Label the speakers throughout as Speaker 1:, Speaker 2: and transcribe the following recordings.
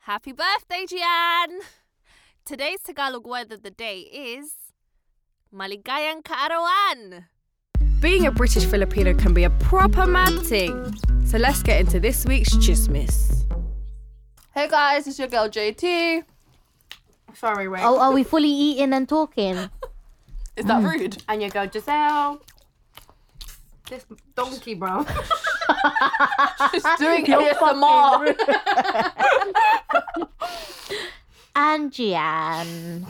Speaker 1: Happy birthday, Gian! Today's Tagalog word of the day is maligayang kaarawan.
Speaker 2: Being a British Filipino can be a proper mad thing. So let's get into this week's Chismis.
Speaker 3: Hey guys, it's your girl JT.
Speaker 4: Sorry, wait.
Speaker 5: Oh, are we fully eating and talking?
Speaker 3: Is that
Speaker 2: Hmm.
Speaker 3: rude?
Speaker 4: And you go, Giselle. This donkey, bro.
Speaker 3: Just doing
Speaker 4: Oh.
Speaker 3: ASMR.
Speaker 5: and Gian.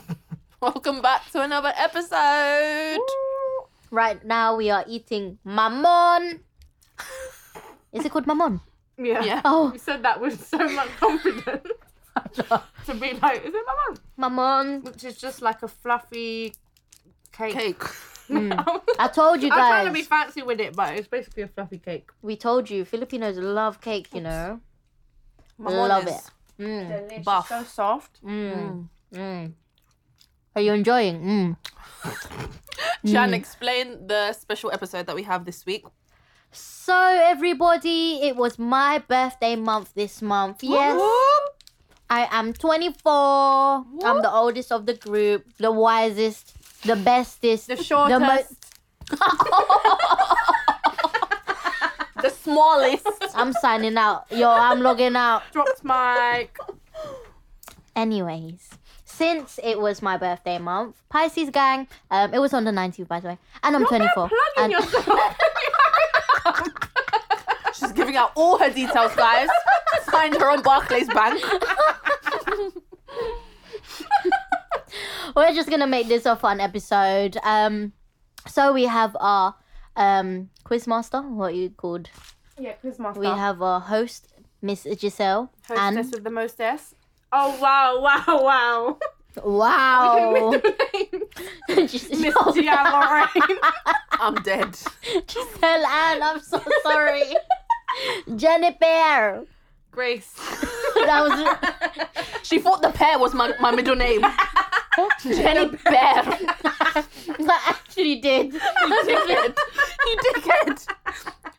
Speaker 3: Welcome back to another episode.
Speaker 5: Right now we are eating mamon. Is it called mamon?
Speaker 4: yeah.
Speaker 3: Yeah.
Speaker 5: Oh,
Speaker 4: You said that with so much confidence. to be like, is it my mum?
Speaker 5: mamon.
Speaker 4: Which is just like a fluffy cake.
Speaker 3: Cake. Mm.
Speaker 5: I told you
Speaker 4: I'm trying to
Speaker 5: guys.
Speaker 4: be fancy with it, but it's basically a fluffy cake.
Speaker 5: we told you Filipinos love cake, you know.
Speaker 3: Mamon
Speaker 5: Love
Speaker 3: is-
Speaker 5: Mm,
Speaker 4: Delicious.
Speaker 3: Buff.
Speaker 4: So soft.
Speaker 5: mm, mm. Are you enjoying? Mm.
Speaker 3: Jan, explain the special episode that we have this week.
Speaker 5: So everybody, it was my birthday month this month. Yes. I am 24. I'm the oldest of the group, the wisest, the bestest,
Speaker 4: The shortest.
Speaker 3: The smallest.
Speaker 5: I'm signing out. Yo, I'm logging out.
Speaker 4: Dropped mic.
Speaker 5: Anyways, since it was my birthday month, Pisces gang, um, it was on the 19th, by the way, and I'm 24.
Speaker 4: Plugging
Speaker 5: And
Speaker 4: yourself.
Speaker 3: She's giving out all her details, guys. Find her on Barclays Bank.
Speaker 5: we're just gonna make this a fun episode. Um, so we have our um quizmaster, what you called.
Speaker 4: yeah, quiz master.
Speaker 5: We have our host, Miss Giselle,
Speaker 4: Hostess
Speaker 5: and
Speaker 4: with the mostess. Oh wow, wow, wow.
Speaker 3: Oh.
Speaker 5: wow, Gis-
Speaker 4: Miss
Speaker 5: Giselle,
Speaker 4: Gian Lorraine.
Speaker 3: I'm dead.
Speaker 5: and I'm so sorry, Jennifer.
Speaker 4: Grace.
Speaker 5: That was.
Speaker 3: She thought the pear was my, my middle name. Jenny Bear.
Speaker 5: I actually did.
Speaker 3: You dickhead. You dickhead.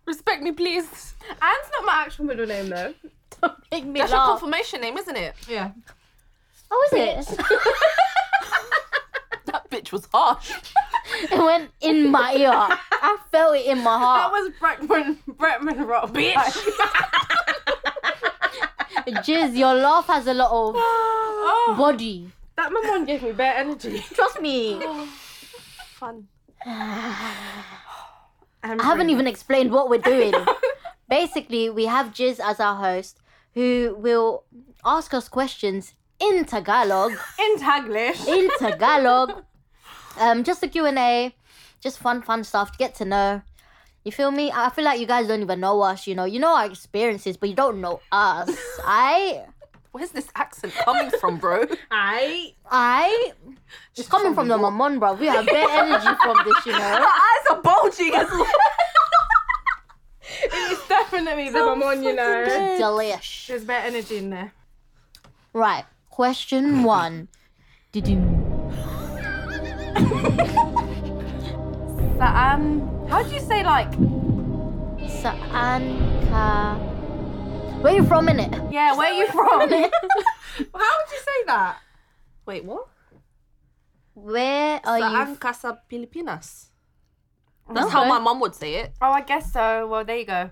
Speaker 3: Respect me, please.
Speaker 4: Anne's not my actual middle name though.
Speaker 5: Make me
Speaker 3: That's your
Speaker 5: laugh.
Speaker 3: confirmation name, isn't it?
Speaker 4: Yeah.
Speaker 5: Oh, is it?
Speaker 3: That bitch was harsh.
Speaker 5: It went in my ear. I felt it in my
Speaker 4: That
Speaker 5: heart.
Speaker 4: was Bretman Bretman Rock.
Speaker 3: Bitch.
Speaker 5: Jizz, your laugh has a lot of
Speaker 4: oh,
Speaker 5: body.
Speaker 4: that mamon gave me bare energy.
Speaker 5: Trust me.
Speaker 3: Fun.
Speaker 4: I'm
Speaker 5: I haven't
Speaker 4: free.
Speaker 5: even explained what we're doing. Basically, we have Jizz as our host who will ask us questions in Tagalog.
Speaker 4: in Taglish.
Speaker 5: In Tagalog. Um, just a Q&A. Just fun, fun stuff to get to know. You feel me? I feel like you guys don't even know us, you know. You know our experiences, but you don't know us. I...
Speaker 3: Where's this accent coming from, bro?
Speaker 4: I
Speaker 5: I. It's coming from the Mamon, bro. We have bad energy from this, you know.
Speaker 3: eyes are bulging as well.
Speaker 4: it's definitely the mamon, you know.
Speaker 5: Delish.
Speaker 4: There's bare energy in there.
Speaker 5: Right. Question one. Did you?
Speaker 4: So um how do you say like
Speaker 5: Saan ka? Where you from, innit?
Speaker 4: yeah, where you from? how would you say that?
Speaker 3: Wait, what?
Speaker 5: Where are you?
Speaker 3: Saan casa Pilipinas? That's how
Speaker 5: Okay.
Speaker 3: my mum would say it.
Speaker 4: Oh I guess so. Well there you go.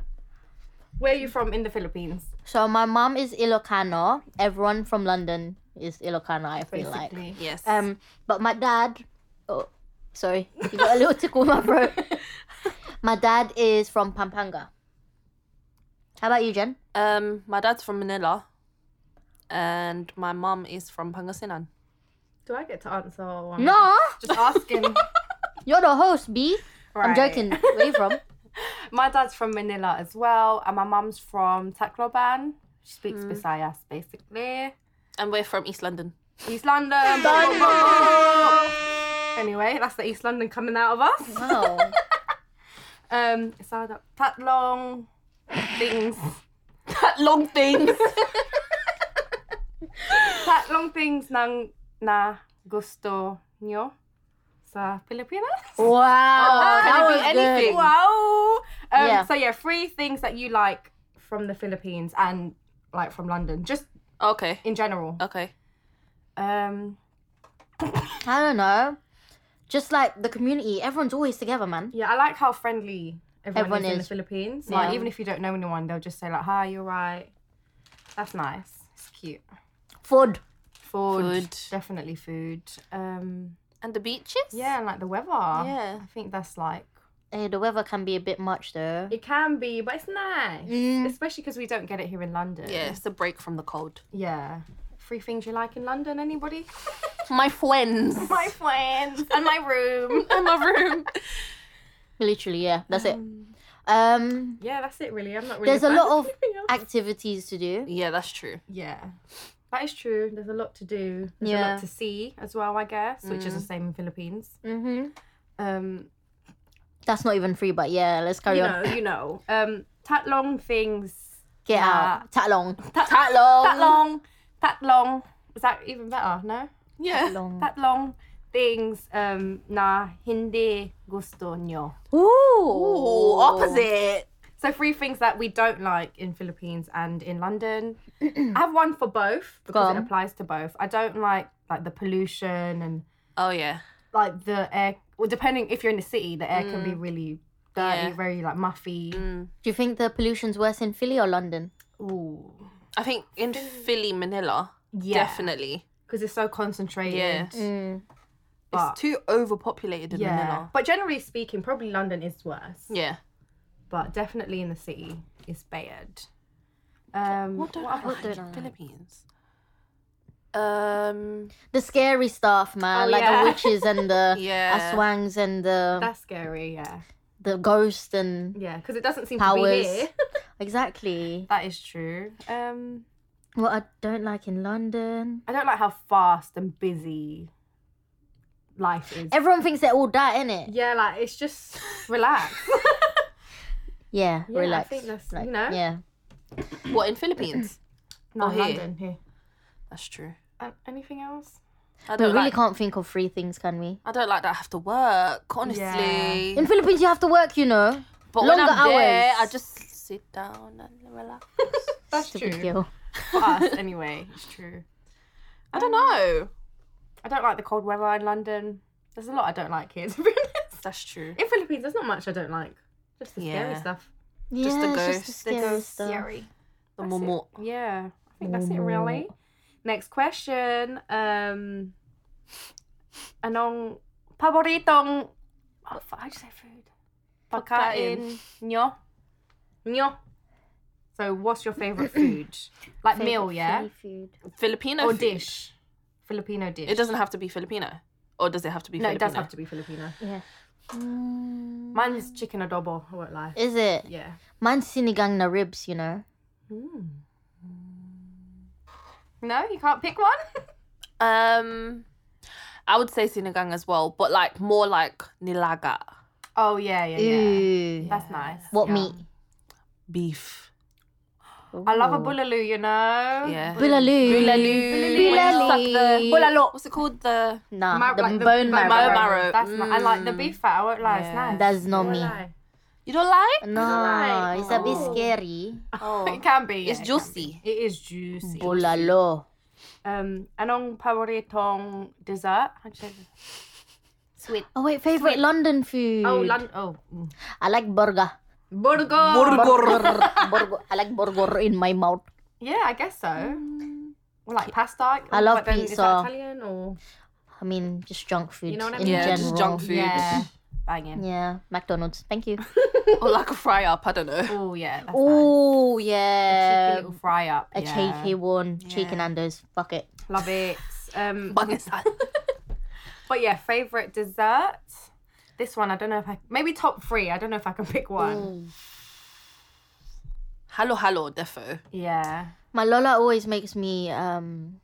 Speaker 4: Where you from in the Philippines?
Speaker 5: So my mom is Ilocano. Everyone from London is Ilocano. I feel like.
Speaker 3: Yes.
Speaker 5: Um, but my dad. Oh, sorry. You got a little tickle in my throat. my dad is from Pampanga. How about you, Jen?
Speaker 3: Um, my dad's from Manila, and my mum is from Pangasinan.
Speaker 4: Do I get to answer one?
Speaker 5: No,
Speaker 4: Just asking.
Speaker 5: you're the host, B.
Speaker 4: Right.
Speaker 5: I'm joking. Where you from?
Speaker 4: My dad's from Manila as well, and my mum's from Tacloban. She speaks Visayas, basically.
Speaker 3: And we're from East London.
Speaker 4: East London. Anyway, that's the East London coming out of us.
Speaker 5: Wow.
Speaker 4: Um, it's all that Tatlong things.
Speaker 3: That long thing.
Speaker 4: Tatlong things nang na gusto nyo sa Pilipinas.
Speaker 5: wow.
Speaker 3: can
Speaker 5: Oh,
Speaker 3: it
Speaker 5: that
Speaker 3: be
Speaker 5: was good.
Speaker 3: anything?
Speaker 4: Wow. Um,
Speaker 5: Yeah.
Speaker 4: So yeah, three things that you like from the Philippines and like from London. Just
Speaker 3: Okay.
Speaker 4: in general.
Speaker 5: Oh.
Speaker 3: Okay.
Speaker 4: Um,
Speaker 5: I don't know. Just like the community, everyone's always together, man.
Speaker 4: yeah, I like how friendly everyone,
Speaker 5: Everyone
Speaker 4: is, in the
Speaker 5: is.
Speaker 4: Philippines.
Speaker 5: Yeah.
Speaker 4: Like even if you don't know anyone, they'll just say like, "Hi, you're right." That's nice. It's cute.
Speaker 5: Food.
Speaker 4: Food,
Speaker 3: Food.
Speaker 4: definitely food. Um,
Speaker 3: And the beaches?
Speaker 4: yeah, and like the weather.
Speaker 3: Yeah.
Speaker 4: I think that's like
Speaker 5: Eh, the weather can be a bit much though.
Speaker 4: it can be, but it's nice,
Speaker 5: Mm.
Speaker 4: especially because we don't get it here in London.
Speaker 3: Yeah, it's a break from the cold.
Speaker 4: Yeah. Three things you like in London, anybody?
Speaker 3: My friends.
Speaker 4: my friends and my room.
Speaker 3: In my room.
Speaker 5: Literally, yeah, that's it. Um,
Speaker 4: yeah, that's it really. I'm not really
Speaker 5: there's a
Speaker 4: fan
Speaker 5: lot of
Speaker 4: anything else.
Speaker 5: activities to do.
Speaker 3: yeah, that's true.
Speaker 4: Yeah. That is true. There's a lot to do. There's a
Speaker 5: Yeah. Mm.
Speaker 4: lot to see as well, I guess, which is the same in Philippines.
Speaker 5: Mm-hmm.
Speaker 4: Um,
Speaker 5: That's not even free, but yeah, let's carry
Speaker 4: you
Speaker 5: on.
Speaker 4: know, you know. Um, tatlong things.
Speaker 5: Get
Speaker 4: nah.
Speaker 5: out. Tat long. Oh.
Speaker 4: Tatlong. Tatlong. Is that even better? No?
Speaker 3: Yeah.
Speaker 5: long.
Speaker 4: Tatlong things um, na hindi gusto nyo.
Speaker 3: Ooh, opposite.
Speaker 4: So three things that we don't like in Philippines and in London. I have one for both because
Speaker 5: Go
Speaker 4: it
Speaker 5: on.
Speaker 4: applies to both. I don't like like the pollution and
Speaker 3: Oh yeah.
Speaker 4: like the air. Well, depending if you're in the city, the air can be really dirty,
Speaker 3: Mm. Yeah. Mm.
Speaker 4: very like muffy.
Speaker 5: Do you think the pollution's worse in Philly or London?
Speaker 4: Ooh,
Speaker 3: I think in Philly, Manila,
Speaker 4: yeah,
Speaker 3: definitely.
Speaker 4: because it's so concentrated.
Speaker 3: Yeah.
Speaker 5: Mm.
Speaker 4: But-
Speaker 3: It's too overpopulated in
Speaker 4: yeah.
Speaker 3: Manila.
Speaker 4: But generally speaking, probably London is worse.
Speaker 3: Yeah.
Speaker 4: But definitely in the city, it's bad. Um,
Speaker 3: What don't
Speaker 4: what
Speaker 3: I
Speaker 4: other-
Speaker 3: like in Philippines? Um.
Speaker 5: The scary stuff, man,
Speaker 4: Oh,
Speaker 5: like
Speaker 4: yeah.
Speaker 5: the witches and the
Speaker 3: Yeah.
Speaker 5: aswangs and the
Speaker 4: That's scary. Yeah,
Speaker 5: the ghosts and
Speaker 4: yeah, because it doesn't seem to be
Speaker 5: Powers.
Speaker 4: here.
Speaker 5: exactly
Speaker 4: That is true. Um,
Speaker 5: Uh, what I don't like in London.
Speaker 4: I don't like how fast and busy life is.
Speaker 5: Everyone thinks they're all that, innit?
Speaker 4: yeah, like it's just relax.
Speaker 5: Yeah,
Speaker 4: Yeah, I
Speaker 5: relax.
Speaker 4: think that's-
Speaker 5: like,
Speaker 4: you know.
Speaker 5: Yeah.
Speaker 3: What in Philippines?
Speaker 4: no,
Speaker 3: Or here.
Speaker 4: London here.
Speaker 3: that's true.
Speaker 4: Uh, anything else?
Speaker 3: I
Speaker 5: We
Speaker 3: don't
Speaker 5: really
Speaker 3: like.
Speaker 5: can't think of three things, can we?
Speaker 3: I don't like that I have to work. Honestly.
Speaker 5: In Philippines, you have to work, you know.
Speaker 3: But when
Speaker 5: Longer
Speaker 3: I'm there, I
Speaker 5: hours.
Speaker 3: just sit down and relax.
Speaker 4: That's true.
Speaker 5: Stupid girl.
Speaker 4: For us, anyway, it's true.
Speaker 3: I don't know.
Speaker 4: I don't like the cold weather in London. There's a lot I don't like here. To be honest.
Speaker 3: That's true.
Speaker 4: In Philippines, there's not much I don't like. Just the
Speaker 3: Yeah.
Speaker 4: scary stuff.
Speaker 5: Yeah,
Speaker 3: Just the
Speaker 5: it's
Speaker 3: ghosts,
Speaker 5: the
Speaker 4: The
Speaker 5: scary
Speaker 4: ghost
Speaker 5: stuff.
Speaker 4: scary.
Speaker 3: The
Speaker 4: That's it.
Speaker 3: momo.
Speaker 4: Yeah, I think that's it really. Next question. Um, anong paboritong? Oh, fuck, how'd you say food? Pagkain
Speaker 3: Pagkain.
Speaker 4: nyo. Nyo. So, what's your favorite food? Like meal,
Speaker 5: Favourite
Speaker 4: yeah,
Speaker 5: Philly food.
Speaker 3: Filipino
Speaker 4: or
Speaker 3: food.
Speaker 4: dish? Filipino dish.
Speaker 3: It doesn't have to be Filipino, or does it have to be?
Speaker 4: No,
Speaker 3: Filipino?
Speaker 4: it does have to be Filipino. Mm.
Speaker 5: Yeah.
Speaker 4: Mine's chicken adobo. I won't lie.
Speaker 5: Is it?
Speaker 4: Yeah.
Speaker 5: Mine's sinigang na ribs, you know.
Speaker 4: No, you can't pick one.
Speaker 3: Um, I would say sinigang as well, but like more like nilaga
Speaker 4: oh yeah, yeah, yeah.
Speaker 5: Ooh.
Speaker 4: That's nice.
Speaker 5: What
Speaker 4: Yeah.
Speaker 5: meat?
Speaker 3: beef.
Speaker 4: I love a bullaloo. You know.
Speaker 3: Yeah.
Speaker 5: Bulalu.
Speaker 3: Bulalu.
Speaker 5: Bulalu.
Speaker 3: When you suck the-
Speaker 4: Bulalo.
Speaker 3: What's it called? The
Speaker 5: Nah,
Speaker 4: Mar-
Speaker 5: the
Speaker 4: like
Speaker 5: bone marrow.
Speaker 3: bone marrow.
Speaker 4: That's ni- I like the beef fat. I won't lie, it's
Speaker 3: Mm. Yeah.
Speaker 4: nice.
Speaker 5: That's not
Speaker 4: I won't
Speaker 5: me.
Speaker 4: lie.
Speaker 3: you don't like?
Speaker 5: No,
Speaker 4: like-
Speaker 5: it's a bit
Speaker 4: Oh.
Speaker 5: scary.
Speaker 3: Oh,
Speaker 4: It can be. yeah,
Speaker 3: it's
Speaker 4: it can
Speaker 3: juicy.
Speaker 4: be. It is juicy. Oh,
Speaker 5: Bulalo.
Speaker 4: Um, anong paboritong dessert? How'd you say this? Sweet.
Speaker 5: Oh wait, favorite London food.
Speaker 4: Oh, London. Oh, mm.
Speaker 5: I like burger.
Speaker 4: burger.
Speaker 5: Burger. burger. I like burger in my mouth.
Speaker 4: Yeah, I guess so. Or like pasta.
Speaker 5: Mm. I love
Speaker 4: but then Is
Speaker 5: pizza.
Speaker 4: that Italian or
Speaker 5: I mean, just junk food
Speaker 4: know what I
Speaker 5: in
Speaker 4: mean?
Speaker 3: yeah,
Speaker 5: general.
Speaker 3: just junk food.
Speaker 4: yeah, banging.
Speaker 5: Yeah, McDonald's. Thank you.
Speaker 3: or Oh, like a fry up. I don't know.
Speaker 4: Oh yeah. That's nice.
Speaker 5: Oh
Speaker 4: Cheeky
Speaker 5: yeah,
Speaker 4: little fry up.
Speaker 5: a
Speaker 4: yeah.
Speaker 5: cheeky one. Chicken Nando's. Fuck it.
Speaker 4: Love it. Um,
Speaker 3: Bangasan.
Speaker 4: But yeah, favorite dessert. This one, I don't know if I maybe top three. I don't know if I can pick one.
Speaker 3: Hello, hello, defo.
Speaker 4: Yeah,
Speaker 5: My Lola always makes me um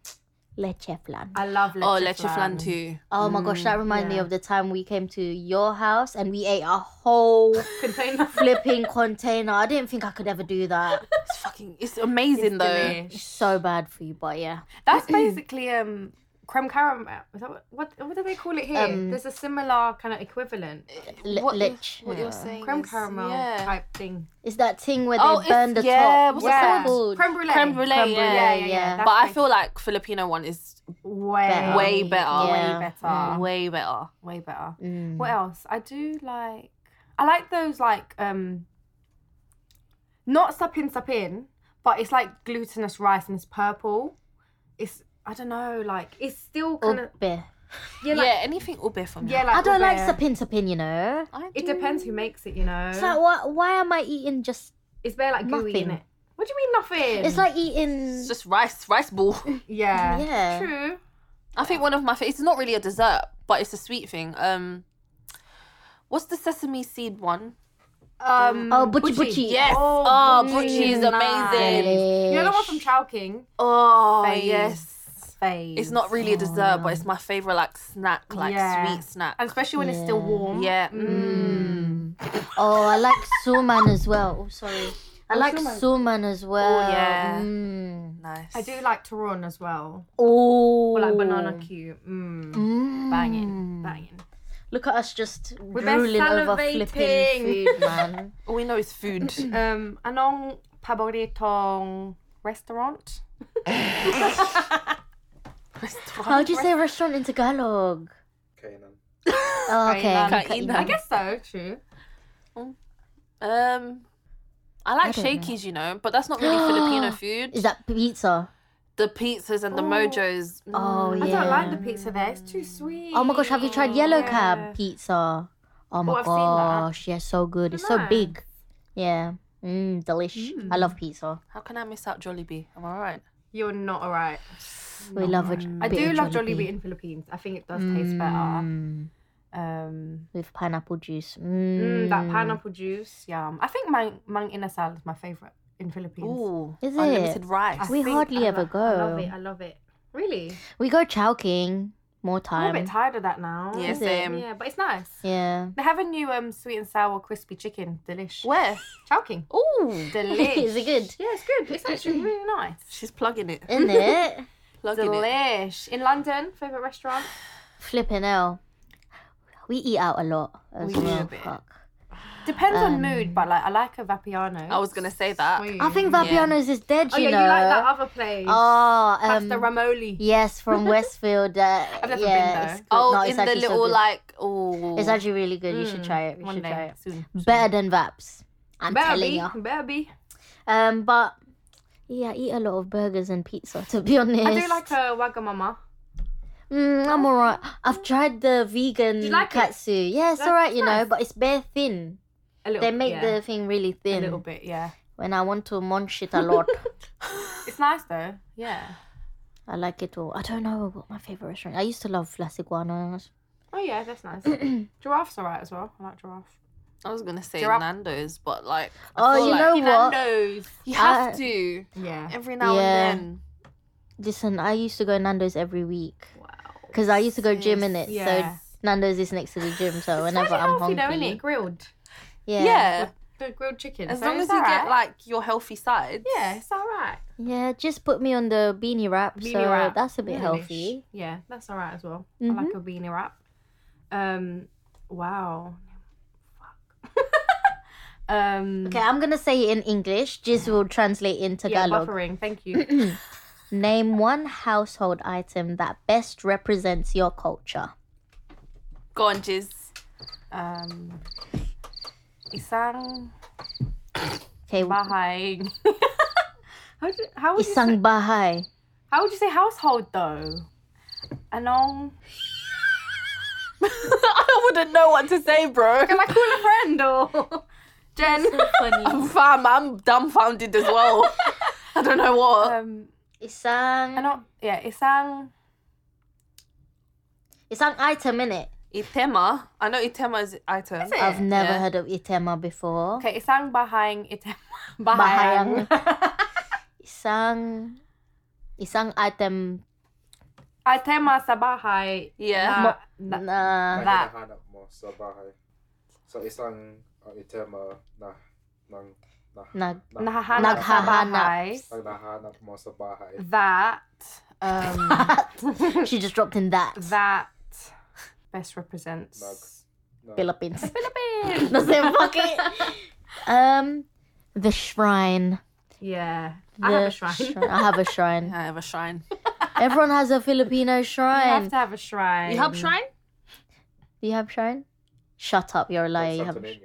Speaker 5: leche flan.
Speaker 4: I love leche
Speaker 3: Oh, leche flan
Speaker 4: flan.
Speaker 3: too.
Speaker 5: Oh my gosh,
Speaker 3: Mm,
Speaker 5: that reminds me of the time we came to your house and we ate a whole
Speaker 4: Container
Speaker 5: flipping container. I didn't think I could ever do that.
Speaker 3: It's fucking. It's amazing though.
Speaker 4: delish.
Speaker 5: So bad for you, but yeah.
Speaker 4: That's basically um creme caramel. Is that what, what what do they call it here?
Speaker 5: Um,
Speaker 4: There's a similar kind of equivalent.
Speaker 5: L-
Speaker 3: what, you-
Speaker 5: lich.
Speaker 3: what you're saying
Speaker 4: Creme
Speaker 3: is-
Speaker 4: caramel
Speaker 3: yeah.
Speaker 4: type thing.
Speaker 5: It's that thing where
Speaker 3: Oh,
Speaker 5: they
Speaker 3: it's-
Speaker 5: burn the
Speaker 3: yeah,
Speaker 5: top.
Speaker 3: what's
Speaker 5: What's
Speaker 3: it
Speaker 5: that
Speaker 3: Yeah.
Speaker 5: called?
Speaker 4: Creme brulee.
Speaker 3: Creme brulee,
Speaker 5: Creme
Speaker 3: yeah.
Speaker 5: brulee,
Speaker 4: Yeah, yeah,
Speaker 5: yeah.
Speaker 4: yeah.
Speaker 5: But
Speaker 4: That's
Speaker 3: But I
Speaker 4: my
Speaker 3: feel like Filipino one is
Speaker 4: way
Speaker 5: Better.
Speaker 3: way better.
Speaker 5: Yeah.
Speaker 4: way better.
Speaker 3: Way better.
Speaker 4: Way better.
Speaker 5: Mm.
Speaker 4: What else? I do like. I like those like um. Not sapin sapin, but it's like glutinous rice and it's purple. It's I don't know, like it's still kind of
Speaker 5: Ube.
Speaker 4: yeah,
Speaker 3: yeah,
Speaker 4: like,
Speaker 3: anything ube for me.
Speaker 4: yeah. Like
Speaker 5: I don't like
Speaker 4: ube.
Speaker 5: sapin sapin, you know.
Speaker 3: I
Speaker 4: It
Speaker 3: do.
Speaker 4: depends who makes it, you know.
Speaker 5: It's like what? Why am I eating just?
Speaker 4: It's very like gooey
Speaker 5: Nothing.
Speaker 4: in it. What do you mean nothing?
Speaker 5: It's like eating.
Speaker 3: It's just rice, rice ball.
Speaker 4: yeah,
Speaker 5: Yeah.
Speaker 4: true.
Speaker 3: I think one of my fa- it's not really a dessert, but it's a sweet thing. Um, what's the sesame seed one?
Speaker 4: Um,
Speaker 5: Oh, butchie butchie.
Speaker 3: Yes.
Speaker 4: Oh,
Speaker 3: Oh,
Speaker 4: butchie
Speaker 3: butchie is
Speaker 4: is
Speaker 5: Mm,
Speaker 4: nice.
Speaker 3: amazing.
Speaker 4: you know the one from Chowking?
Speaker 3: Oh
Speaker 4: Phase.
Speaker 3: yes.
Speaker 4: Phase.
Speaker 3: It's not really a dessert, but it's my
Speaker 5: Mm.
Speaker 3: favorite like snack, like
Speaker 4: Yeah.
Speaker 3: sweet snack.
Speaker 4: and especially when it's still
Speaker 5: Yeah. Mm.
Speaker 4: warm. Mm.
Speaker 3: yeah. Mm.
Speaker 4: Hmm.
Speaker 5: Oh, I like suman as well. Oh, sorry. I
Speaker 4: Oh,
Speaker 5: like
Speaker 4: suman. Oh,
Speaker 5: suman as well.
Speaker 3: yeah.
Speaker 5: Mm.
Speaker 3: Nice.
Speaker 4: I do like Taron as well,
Speaker 5: Oh.
Speaker 4: or like banana cue. Mm.
Speaker 5: Mm.
Speaker 4: Banging, banging.
Speaker 5: Look at us just
Speaker 4: both
Speaker 5: drooling over flipping
Speaker 4: salivating.
Speaker 5: food, man.
Speaker 3: All we know is food.
Speaker 4: Um, anong paboritong restaurant?
Speaker 5: How do you say restaurant in Tagalog?
Speaker 6: Kainan.
Speaker 5: Oh, okay.
Speaker 4: Kainan.
Speaker 5: Kainan.
Speaker 4: I guess so. True.
Speaker 3: um, I like
Speaker 5: don't know.
Speaker 3: shakies, you know, but that's not really Filipino food.
Speaker 5: Is that pizza?
Speaker 3: the pizzas and the
Speaker 4: Ooh.
Speaker 3: mojos. Mm.
Speaker 5: Oh, yeah.
Speaker 4: I don't like the pizza there. It's too sweet.
Speaker 5: Oh my gosh, have you tried yellow
Speaker 4: Yeah.
Speaker 5: cab pizza? Oh my
Speaker 4: I've seen that.
Speaker 5: gosh, yeah, so good. It's so
Speaker 4: Nice. Mm.
Speaker 5: big. Yeah. Mmm, delish. I love pizza.
Speaker 3: How can I miss out Jollibee? Am I right?
Speaker 4: You're not alright.
Speaker 5: We love a
Speaker 4: I
Speaker 5: bit
Speaker 4: do
Speaker 5: of
Speaker 4: love
Speaker 5: Jollibee.
Speaker 4: Jollibee in Philippines. I think it does taste better.
Speaker 5: Mm,
Speaker 4: Um,
Speaker 5: with pineapple juice.
Speaker 4: mm,
Speaker 5: Mmm.
Speaker 4: that pineapple juice, yum. I think my mang inasal is my favorite in Philippines.
Speaker 3: Ooh,
Speaker 5: Is
Speaker 3: unlimited
Speaker 5: it?
Speaker 4: I
Speaker 3: rice.
Speaker 5: We
Speaker 4: think
Speaker 5: hardly
Speaker 4: I lo-
Speaker 5: ever
Speaker 4: I love
Speaker 5: go.
Speaker 4: it. I love it. Really,
Speaker 5: We go chowking more
Speaker 4: I'm a
Speaker 5: time.
Speaker 4: bit tired of that now.
Speaker 3: Yeah,
Speaker 5: it?
Speaker 3: same.
Speaker 4: Yeah, but it's nice.
Speaker 5: yeah.
Speaker 4: They have a new um sweet and sour crispy chicken. Delish.
Speaker 3: Where?
Speaker 4: Chowking.
Speaker 3: Ooh,
Speaker 4: Delish.
Speaker 5: Is it good?
Speaker 4: Yeah, it's good. It's actually really nice.
Speaker 3: she's plugging it.
Speaker 5: Isn't it?
Speaker 3: Plugging it.
Speaker 4: Delish. In London, favorite restaurant?
Speaker 5: Flipping hell. We eat out a lot as
Speaker 4: We do a
Speaker 5: well.
Speaker 4: bit.
Speaker 5: Fuck.
Speaker 4: Depends
Speaker 5: Um,
Speaker 4: on mood, but like I like a Vapiano.
Speaker 3: I was gonna say that.
Speaker 4: Sweet.
Speaker 5: I think Vapiano's is dead, you
Speaker 4: Oh yeah,
Speaker 5: know.
Speaker 4: you like that other place?
Speaker 5: Oh,
Speaker 4: That's
Speaker 5: um,
Speaker 4: the Ramoli.
Speaker 5: Yes, from Westfield. Uh,
Speaker 4: I've never
Speaker 5: yeah,
Speaker 4: been, though.
Speaker 5: it's good.
Speaker 3: Oh,
Speaker 5: No, it's
Speaker 3: in the
Speaker 5: actually so
Speaker 3: little
Speaker 5: good.
Speaker 3: like, oh,
Speaker 5: It's actually really good. You should try it. You
Speaker 4: Mm, One
Speaker 5: should
Speaker 4: day,
Speaker 5: try it.
Speaker 4: soon.
Speaker 5: Better than Vaps. I'm telling
Speaker 4: Baby,
Speaker 5: you.
Speaker 4: baby.
Speaker 5: Um, but yeah, I eat a lot of burgers and pizza. To be honest,
Speaker 4: I do like a Wagamama.
Speaker 5: Mm, I'm alright. I've tried the vegan
Speaker 4: Do you like it?
Speaker 5: katsu. Yeah, it's
Speaker 4: That's
Speaker 5: alright, you know,
Speaker 4: nice.
Speaker 5: but it's bare thin.
Speaker 4: A little.
Speaker 5: They make
Speaker 4: yeah,
Speaker 5: the thing really
Speaker 4: a little
Speaker 5: thin.
Speaker 4: bit, yeah.
Speaker 5: When I want to munch it a lot,
Speaker 4: It's nice though. Yeah.
Speaker 5: I like it all. I don't know what my favorite restaurant. I used to love Las Iguanas.
Speaker 4: Oh yeah, that's nice. Giraffe's alright as well. I like giraffe.
Speaker 3: I was gonna say
Speaker 4: Giraffe.
Speaker 3: Nando's, but like, I
Speaker 5: Oh,
Speaker 3: feel
Speaker 5: you
Speaker 3: like
Speaker 5: know what?
Speaker 4: Nando's.
Speaker 3: you have
Speaker 5: I-
Speaker 3: to
Speaker 4: Yeah.
Speaker 3: every now
Speaker 5: Yeah.
Speaker 3: and then.
Speaker 5: Listen, I used to go Nando's every week
Speaker 4: Wow.
Speaker 5: because I used to go gym in it.
Speaker 4: Yeah.
Speaker 5: So Nando's is next to the gym. So whenever
Speaker 4: Slightly
Speaker 5: I'm
Speaker 4: healthy though,
Speaker 5: hungry,
Speaker 4: innit? Grilled.
Speaker 5: yeah,
Speaker 3: Yeah,
Speaker 4: The grilled chicken.
Speaker 3: as
Speaker 4: so
Speaker 3: long as
Speaker 4: it's
Speaker 3: you
Speaker 4: alright.
Speaker 3: get like your healthy sides.
Speaker 4: Yeah, it's alright.
Speaker 5: Yeah, just put me on the beanie wrap.
Speaker 4: Beanie
Speaker 5: so
Speaker 4: wrap.
Speaker 5: that's a bit
Speaker 4: Delish.
Speaker 5: healthy.
Speaker 4: Yeah, that's alright as well. I
Speaker 3: Mm-hmm.
Speaker 4: like a beanie wrap. Um wow. Fuck. um
Speaker 5: Okay, I'm gonna say it in English. Jiz will translate in
Speaker 4: yeah,
Speaker 5: Tagalog.
Speaker 4: buffering, thank you.
Speaker 5: Name one household item that best represents your culture.
Speaker 3: Go on, Jiz.
Speaker 4: um, isang
Speaker 5: Okay,
Speaker 4: bahay. how, do, how would you say,
Speaker 5: isang bahay.
Speaker 4: how would you say household though? Anong?
Speaker 3: I wouldn't know what to say, bro.
Speaker 4: Can I call a friend or Jen?
Speaker 5: Funny.
Speaker 3: Fam, I'm dumbfounded as well. I don't know what.
Speaker 4: um,
Speaker 5: isang
Speaker 4: anong? Yeah, isang.
Speaker 5: isang item innit?
Speaker 3: Itema. I know Itema is item.
Speaker 4: it?
Speaker 5: I've never
Speaker 3: Yeah.
Speaker 5: heard of itema before.
Speaker 4: Okay, isang bahayang item.
Speaker 5: Bahayang. isang isang item
Speaker 4: Itema sa bahay.
Speaker 3: Yeah.
Speaker 4: Na,
Speaker 5: na,
Speaker 4: na,
Speaker 6: Kainan hanap mo sa bahay. Sa isang uh, itema na ng na,
Speaker 5: Nag-
Speaker 6: na,
Speaker 4: nahahanap sa
Speaker 5: naghahanap.
Speaker 4: bahay.
Speaker 6: ang nahanap mo sa bahay.
Speaker 4: That Um,
Speaker 5: That. she just dropped in that.
Speaker 4: that best represents.
Speaker 5: Philippines. Philippines. That's it. Fuck it. Um, the shrine.
Speaker 4: Yeah, I have
Speaker 5: The
Speaker 4: a shrine.
Speaker 5: shri- I have a shrine.
Speaker 3: I have a shrine.
Speaker 5: Everyone has a Filipino
Speaker 4: You have
Speaker 5: shrine.
Speaker 4: to have a shrine.
Speaker 3: You have shrine?
Speaker 5: Do you have shrine? Shut up, you're a liar. You have a sh-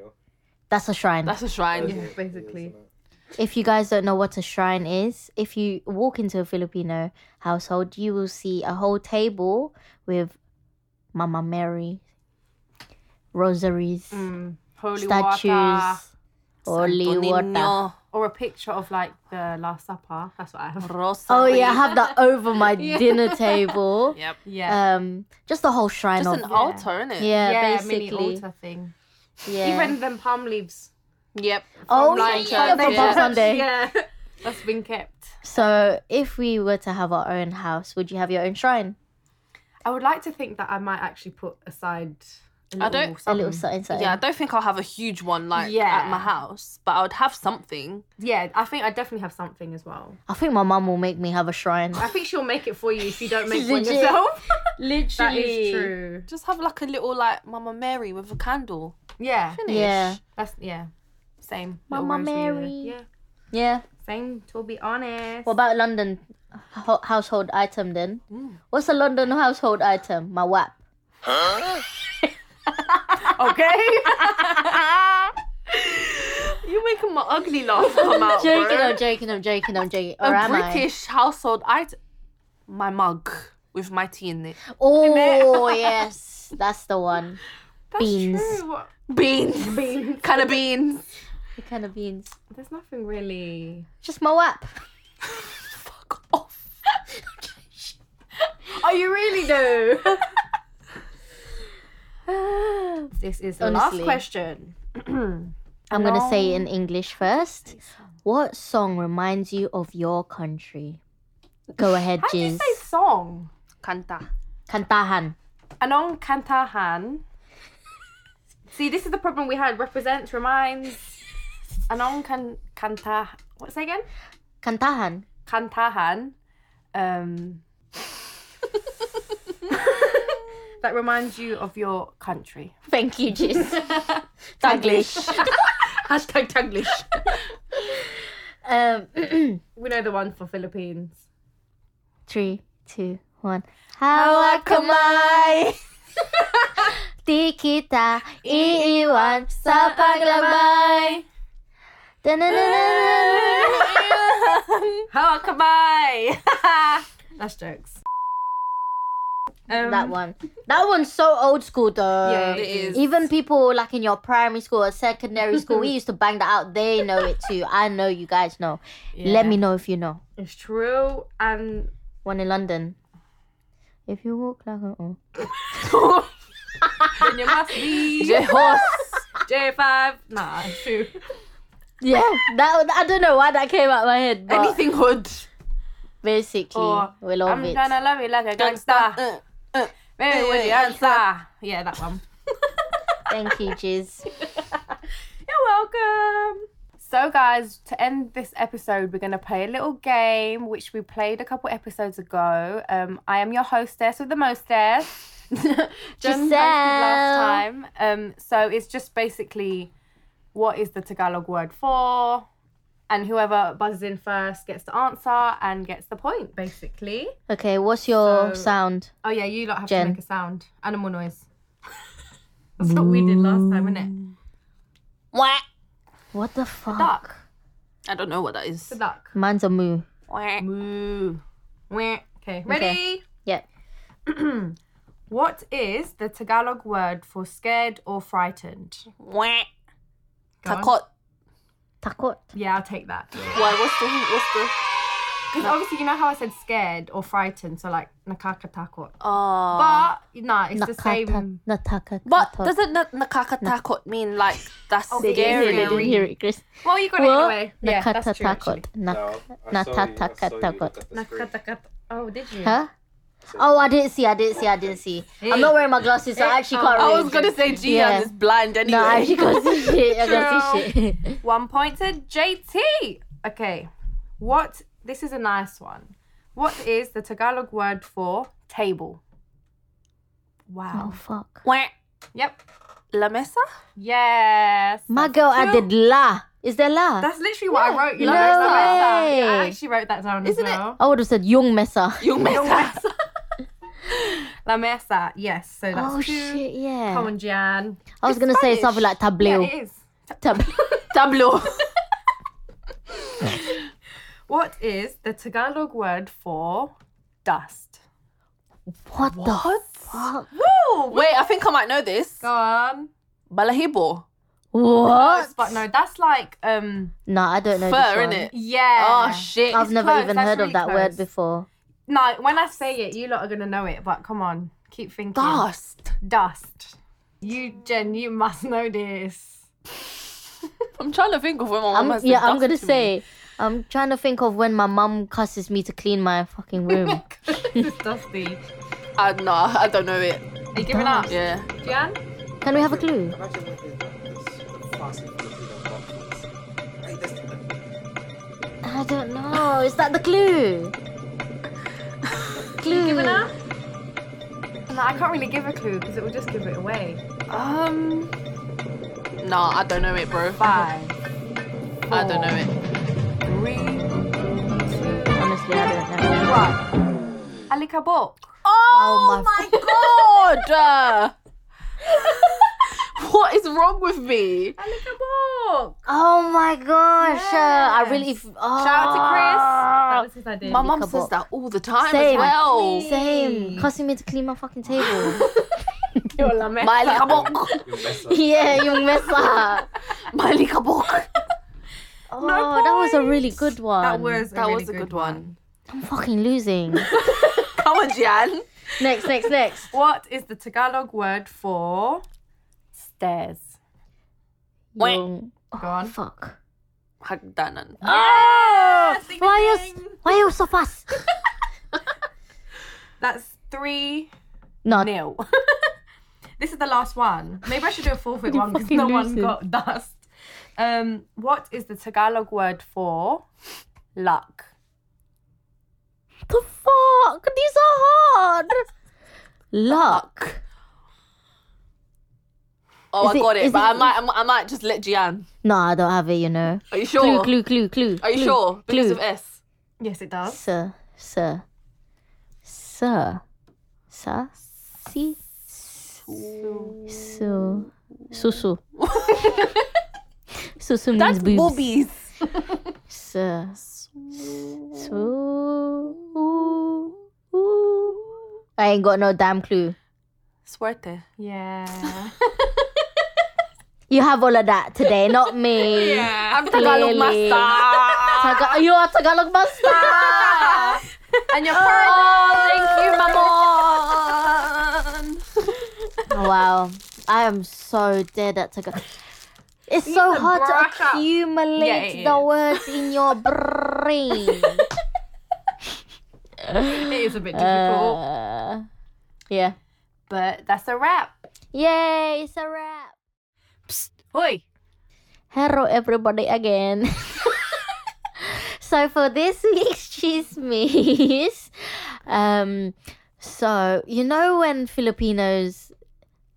Speaker 5: That's a shrine.
Speaker 3: That's a shrine.
Speaker 4: Yeah, basically.
Speaker 5: If you guys don't know what a shrine is, if you walk into a Filipino household, you will see a whole table with Mama Mary, rosaries,
Speaker 4: Mm, holy water,
Speaker 5: statues, holy
Speaker 3: Santo
Speaker 5: water.
Speaker 3: Niño,
Speaker 4: or a picture of like the Last Supper. That's what I have.
Speaker 3: Rosa.
Speaker 5: Oh yeah, I have that over my dinner table.
Speaker 3: Yep.
Speaker 4: Yeah,
Speaker 5: Um, just the whole shrine
Speaker 3: Just
Speaker 5: of
Speaker 3: an altar, isn't it?
Speaker 5: yeah,
Speaker 4: Uh, yeah,
Speaker 5: basically.
Speaker 4: mini altar thing.
Speaker 5: Yeah.
Speaker 4: Even them palm leaves.
Speaker 3: Yep.
Speaker 5: oh
Speaker 3: like,
Speaker 5: yeah,
Speaker 3: uh,
Speaker 5: from
Speaker 3: yeah.
Speaker 5: Palm Sunday.
Speaker 4: yeah, that's been kept.
Speaker 5: So if we were to have our own house, would you have your own shrine?
Speaker 4: I would like to think that I might actually put aside. A
Speaker 3: I don't-
Speaker 4: little
Speaker 5: A little
Speaker 4: something.
Speaker 5: something, something.
Speaker 3: Yeah, I don't think I'll have a huge one like
Speaker 4: Yeah.
Speaker 3: at my house, but I would have something.
Speaker 4: Yeah, I think I definitely have something as well.
Speaker 5: I think my mum will make me have a shrine.
Speaker 4: I think she'll make it for you if you don't make
Speaker 5: She's
Speaker 4: one
Speaker 5: legit.
Speaker 4: yourself. that
Speaker 5: Literally.
Speaker 4: is true.
Speaker 3: Just have like a little like Mama Mary with a candle.
Speaker 4: Yeah,
Speaker 3: Finish.
Speaker 5: Yeah.
Speaker 4: that's yeah, same.
Speaker 5: Mama
Speaker 4: Little rosary there.
Speaker 5: Mary.
Speaker 4: Yeah,
Speaker 5: Yeah.
Speaker 4: same. To be honest.
Speaker 5: What about London ho- household item then?
Speaker 4: Mm.
Speaker 5: What's a London household item? My WAP.
Speaker 4: okay.
Speaker 3: You're making my ugly laugh come out.
Speaker 5: Joking,
Speaker 3: bro.
Speaker 5: I'm joking, I'm joking, I'm joking. Or
Speaker 3: a
Speaker 5: am
Speaker 3: British household item. My mug with my tea in it.
Speaker 5: I? Oh, yes. That's the one.
Speaker 4: That's
Speaker 5: Beans.
Speaker 4: True. What-
Speaker 3: Beans.
Speaker 4: Beans.
Speaker 3: kind of beans.
Speaker 5: What kind of beans?
Speaker 4: There's nothing really.
Speaker 5: Just my WAP.
Speaker 3: Fuck off.
Speaker 4: Oh, you really do. this is the
Speaker 5: Honestly.
Speaker 4: last question.
Speaker 5: I'm going to say it in English first. What song reminds you of your country? Go ahead,
Speaker 4: How do you
Speaker 5: Jiz.
Speaker 4: say song?
Speaker 3: Kanta.
Speaker 5: Kantahan.
Speaker 4: Anong Kantahan. See, this is the problem we had. Represents, reminds. Anong kan Kanta. What's that again?
Speaker 5: Kantahan.
Speaker 4: Kantahan. Um. that reminds you of your country.
Speaker 5: Thank you, Jiz. Taglish.
Speaker 4: Hashtag Taglish.
Speaker 5: Um,
Speaker 4: We know the one for Philippines.
Speaker 5: three, two, one. Hawak kamay! Di kita iiwan sa paglabay! Da-na-na-na-na-na.
Speaker 4: How come I? That's jokes. Um,
Speaker 5: That one. That one's so old school though.
Speaker 4: Yeah, it is.
Speaker 5: Even people like in your primary school or secondary school, we used to bang that out. They know it too. I know you guys know. Let me know if you know.
Speaker 4: It's true. And
Speaker 5: One in London. If you walk like a. oh.
Speaker 4: then you must be
Speaker 3: Jehos.
Speaker 4: J5. Nah, it's true.
Speaker 5: Yeah, Oh, that I don't know why that came out of my head, but
Speaker 3: Anything hood.
Speaker 5: basically,
Speaker 4: Or,
Speaker 5: we love
Speaker 4: Oh, I'm
Speaker 5: it.
Speaker 4: gonna love you like a gangster.
Speaker 3: Uh,
Speaker 4: Maybe with the answer. Yeah, that one.
Speaker 5: Thank you, Jiz.
Speaker 4: You're welcome. So, guys, to end this episode, we're going to play a little game which we played a couple episodes ago. Um, I am your hostess with the mostess. Jen hosted last
Speaker 5: Giselle.
Speaker 4: time. Um, so, it's just basically what is the Tagalog word for? And whoever buzzes in first gets the answer and gets the point, basically.
Speaker 5: Okay, what's your
Speaker 4: So-
Speaker 5: sound?
Speaker 4: Oh, yeah, you lot have
Speaker 5: Jen.
Speaker 4: to make a sound. Animal noise. That's what we did last time, innit?
Speaker 3: Wah.
Speaker 5: What the fuck?
Speaker 4: Duck.
Speaker 3: I don't know what that is.
Speaker 4: The duck.
Speaker 5: Mine's a moo.
Speaker 3: Wah.
Speaker 4: Moo. Wah. Okay, ready?
Speaker 5: Yep.
Speaker 4: What is the Tagalog word for scared or frightened?
Speaker 3: Wah.
Speaker 4: Go on.
Speaker 3: Takot.
Speaker 5: Takot.
Speaker 4: Yeah, I'll take that.
Speaker 3: Why? What's the what's the?
Speaker 4: Because obviously, you know how I said scared or frightened, so like nakakatakot.
Speaker 3: Oh.
Speaker 4: But nah, it's the
Speaker 5: Nakata.
Speaker 4: same.
Speaker 5: Nataka.
Speaker 3: But doesn't na- nakakatakot mean like that's
Speaker 4: Oh,
Speaker 5: they didn't hear it.
Speaker 3: scary?
Speaker 5: They didn't hear it, Chris.
Speaker 4: Well, you got it
Speaker 5: What?
Speaker 4: anyway. Yeah, that's true.
Speaker 5: Nakatatakot.
Speaker 4: actually.
Speaker 6: ah,
Speaker 5: Nak- Natatatakot.
Speaker 4: Nakatatakot. Oh, did you?
Speaker 5: Huh? Oh, I didn't see. I didn't see. I didn't see. I'm not wearing my glasses, so I actually
Speaker 4: Eh,
Speaker 5: can't
Speaker 4: oh,
Speaker 5: read.
Speaker 3: I was gonna say Gian
Speaker 5: Yeah.
Speaker 3: is blind anyway.
Speaker 5: No, I actually can't see shit. I can't see shit.
Speaker 4: One point to JT. Okay, what? This is a nice one. What is the Tagalog word for table?
Speaker 5: Oh
Speaker 4: Wow.
Speaker 5: fuck.
Speaker 3: Where?
Speaker 4: Yep.
Speaker 3: La mesa?
Speaker 4: Yes.
Speaker 5: My girl added la. Is there la?
Speaker 4: That's literally what I wrote. You
Speaker 5: No
Speaker 4: know, it's not
Speaker 5: way.
Speaker 4: messed up. I actually wrote that down
Speaker 3: Isn't it-
Speaker 4: as well.
Speaker 5: I would have said young messer.
Speaker 3: Yung mesa.
Speaker 4: La mesa. Yes. So that's
Speaker 5: Oh
Speaker 4: two.
Speaker 5: shit, yeah.
Speaker 4: Come on, Jan.
Speaker 5: I was gonna say
Speaker 4: Spanish.
Speaker 5: something like
Speaker 4: Yeah,
Speaker 5: tableau.
Speaker 4: it is.
Speaker 5: Tab-
Speaker 3: Tableau.
Speaker 4: What is the Tagalog word for dust?
Speaker 5: what, the fuck? Oh,
Speaker 3: Wait, I think I might know this.
Speaker 4: Go on.
Speaker 3: Balahibo.
Speaker 5: What?
Speaker 4: But no, that's like um
Speaker 5: No, I don't know.
Speaker 3: Fur,
Speaker 5: this one.
Speaker 3: innit?
Speaker 4: yeah.
Speaker 3: Oh, shit.
Speaker 5: I've never
Speaker 4: close,
Speaker 5: even
Speaker 4: that's
Speaker 5: heard
Speaker 4: really
Speaker 5: of that
Speaker 4: close.
Speaker 5: word before.
Speaker 4: No, when I say it, you lot are gonna know it. But come on, keep thinking.
Speaker 3: Dust.
Speaker 4: Dust. You, Jen, you must know this.
Speaker 3: I'm trying to think of when my mum
Speaker 5: I'm,
Speaker 3: has said
Speaker 5: yeah,
Speaker 3: dust
Speaker 5: I'm gonna
Speaker 3: to me.
Speaker 5: say. I'm trying to think of when my mum cusses me to clean my fucking room.
Speaker 4: it's dusty.
Speaker 3: Uh, nah, I don't know it.
Speaker 4: Are you giving up,
Speaker 3: Yeah.
Speaker 4: Jan?
Speaker 5: Can we have a clue?
Speaker 6: Imagine what they done. This fast and Filipino monkeys. Like, that's the-
Speaker 5: I don't know. Is that the clue? clue.
Speaker 4: Giving up? No, I can't really give a clue because it will just give it away.
Speaker 3: Um. Nah, I don't know it, bro.
Speaker 4: Five,
Speaker 3: I don't know it.
Speaker 4: three, two,
Speaker 5: Honestly, I don't know.
Speaker 4: one. Alikabok.
Speaker 5: Oh, my.
Speaker 3: God! uh, what is wrong with me?
Speaker 4: Alikabok.
Speaker 5: Oh my gosh. uh, I really.
Speaker 4: Yes.
Speaker 5: F- oh.
Speaker 4: Shout out to Chris. That was his idea.
Speaker 3: My mum
Speaker 5: Nick
Speaker 3: says
Speaker 5: Abbott.
Speaker 3: that all the time as
Speaker 5: Same.
Speaker 3: well.
Speaker 5: Same. Cussing me to clean my fucking table.
Speaker 4: You're la mesa.
Speaker 3: My likabok.
Speaker 6: You mess up.
Speaker 5: yeah, you mess up.
Speaker 3: My likabok.
Speaker 5: Oh, that was a really good one.
Speaker 4: That was a
Speaker 3: That
Speaker 4: really
Speaker 3: was a good one.
Speaker 5: I'm fucking losing.
Speaker 3: Come on, Jan.
Speaker 5: next, next, next.
Speaker 4: What is the Tagalog word for stairs?
Speaker 3: Wait.
Speaker 5: Young-
Speaker 4: Go on.
Speaker 5: Oh, Fuck.
Speaker 3: Hagdanan.
Speaker 5: Oh,
Speaker 4: Yes,
Speaker 5: why you s-
Speaker 4: ding-a-ding.
Speaker 5: why you so fast?
Speaker 4: That's three
Speaker 5: No,
Speaker 4: nil. this is the last one. Maybe I should do a fourth with one because
Speaker 5: fucking
Speaker 4: no one
Speaker 5: losing.
Speaker 4: got dust. Um, what is the Tagalog word for luck?
Speaker 5: the fuck? These are hard. Luck.
Speaker 3: Oh,
Speaker 5: Is
Speaker 3: I
Speaker 5: it-
Speaker 3: got it,
Speaker 5: is
Speaker 3: but
Speaker 5: it-
Speaker 3: I might, I might, I might just let Jan.
Speaker 5: No, I don't have it. You know.
Speaker 3: Are you sure?
Speaker 5: Clue, clue, clue, clue.
Speaker 3: Are you
Speaker 5: clue,
Speaker 3: sure? Because
Speaker 5: Clue.
Speaker 3: of S.
Speaker 4: Yes, it does.
Speaker 5: Sir, sir, sir, sir, si, so, susu. Susu means boobs. Sir, so, I ain't got no damn clue.
Speaker 3: Suerte.
Speaker 4: Yeah.
Speaker 5: You have all of that today, not me.
Speaker 3: I'm Tagalog
Speaker 5: Clearly.
Speaker 3: master.
Speaker 5: Taga- you are Tagalog master.
Speaker 4: and your first
Speaker 3: Mamon.
Speaker 5: wow, I am so dead at Tagalog. It's so
Speaker 4: to
Speaker 5: hard
Speaker 4: brush
Speaker 5: to
Speaker 4: up.
Speaker 5: accumulate
Speaker 4: Yeah, it
Speaker 5: the
Speaker 4: is.
Speaker 5: words in your brain.
Speaker 4: it is a bit difficult,
Speaker 5: Uh, yeah.
Speaker 4: but that's a wrap.
Speaker 5: Yay, it's a wrap.
Speaker 4: Oi.
Speaker 5: Hello, everybody, again. so for this week's chismis, um, so you know when Filipinos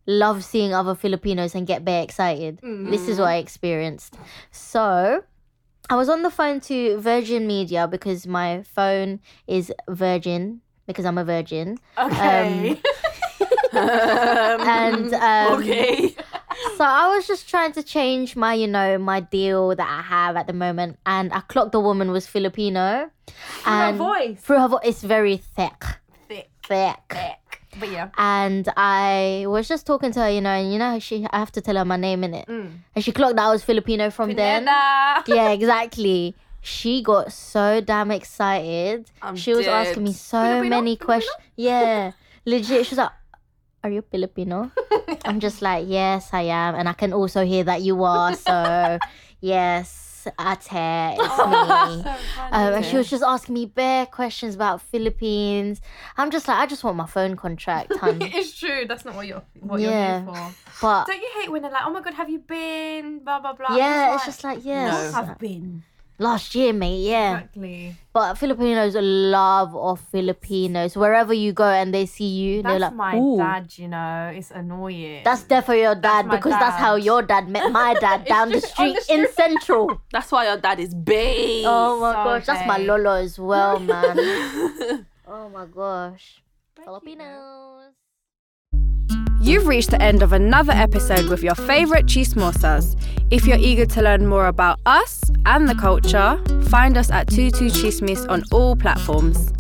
Speaker 5: love seeing other Filipinos and get very excited. This is what I experienced. So. I was on the phone to Virgin Media because my phone is Virgin because I'm a virgin.
Speaker 4: Okay.
Speaker 5: and um,
Speaker 3: Okay.
Speaker 5: So I was just trying to change my, you know, my deal that I have at the moment, and I clocked the woman was Filipino, and
Speaker 4: voice.
Speaker 5: through her voice, it's very thick,
Speaker 4: um, Thick.
Speaker 5: thick.
Speaker 4: But yeah.
Speaker 5: And I was just talking to her, you know, and you know, she I have to tell her my name in it, and she clocked that I was Filipino from then.
Speaker 4: Pineda.
Speaker 5: Yeah, exactly. She got so damn excited.
Speaker 3: I'm
Speaker 5: she was asking me
Speaker 3: dead.
Speaker 5: so many questions. Yeah, legit. She was like, "Are you Filipino?" I'm just like, "Yes, I am," and I can also hear that you are. So, yes, ate, it's me. Um, and she was just asking me bare questions about Philippines. I'm just like, I just want my phone contract, hun.
Speaker 4: It's true. That's not what you're what
Speaker 5: Yeah.
Speaker 4: you're here for.
Speaker 5: But
Speaker 4: Don't you hate when they're like, "Oh my god, have you been?" Blah blah blah.
Speaker 5: yeah, it's just like yes.
Speaker 4: I've been.
Speaker 5: Last year, mate, yeah.
Speaker 7: Exactly.
Speaker 5: But Filipinos love of Filipinos. Wherever you go and they see you, they're
Speaker 7: That's my
Speaker 5: like, Ooh.
Speaker 7: dad, you know. It's annoying.
Speaker 5: That's definitely your dad
Speaker 7: my
Speaker 5: because that's
Speaker 7: dad.
Speaker 5: how your dad met my dad down the
Speaker 3: just on
Speaker 5: street,
Speaker 3: the
Speaker 5: in Central.
Speaker 3: That's why your dad is big.
Speaker 5: Oh my
Speaker 7: So
Speaker 5: gosh, that's
Speaker 7: gay.
Speaker 5: my lolo as well, man. oh my gosh, Filipinos.
Speaker 4: You've reached the end of another episode with your favourite chismosas. If you're eager to learn more about us and the culture, find us at Tutu Chismis on all platforms.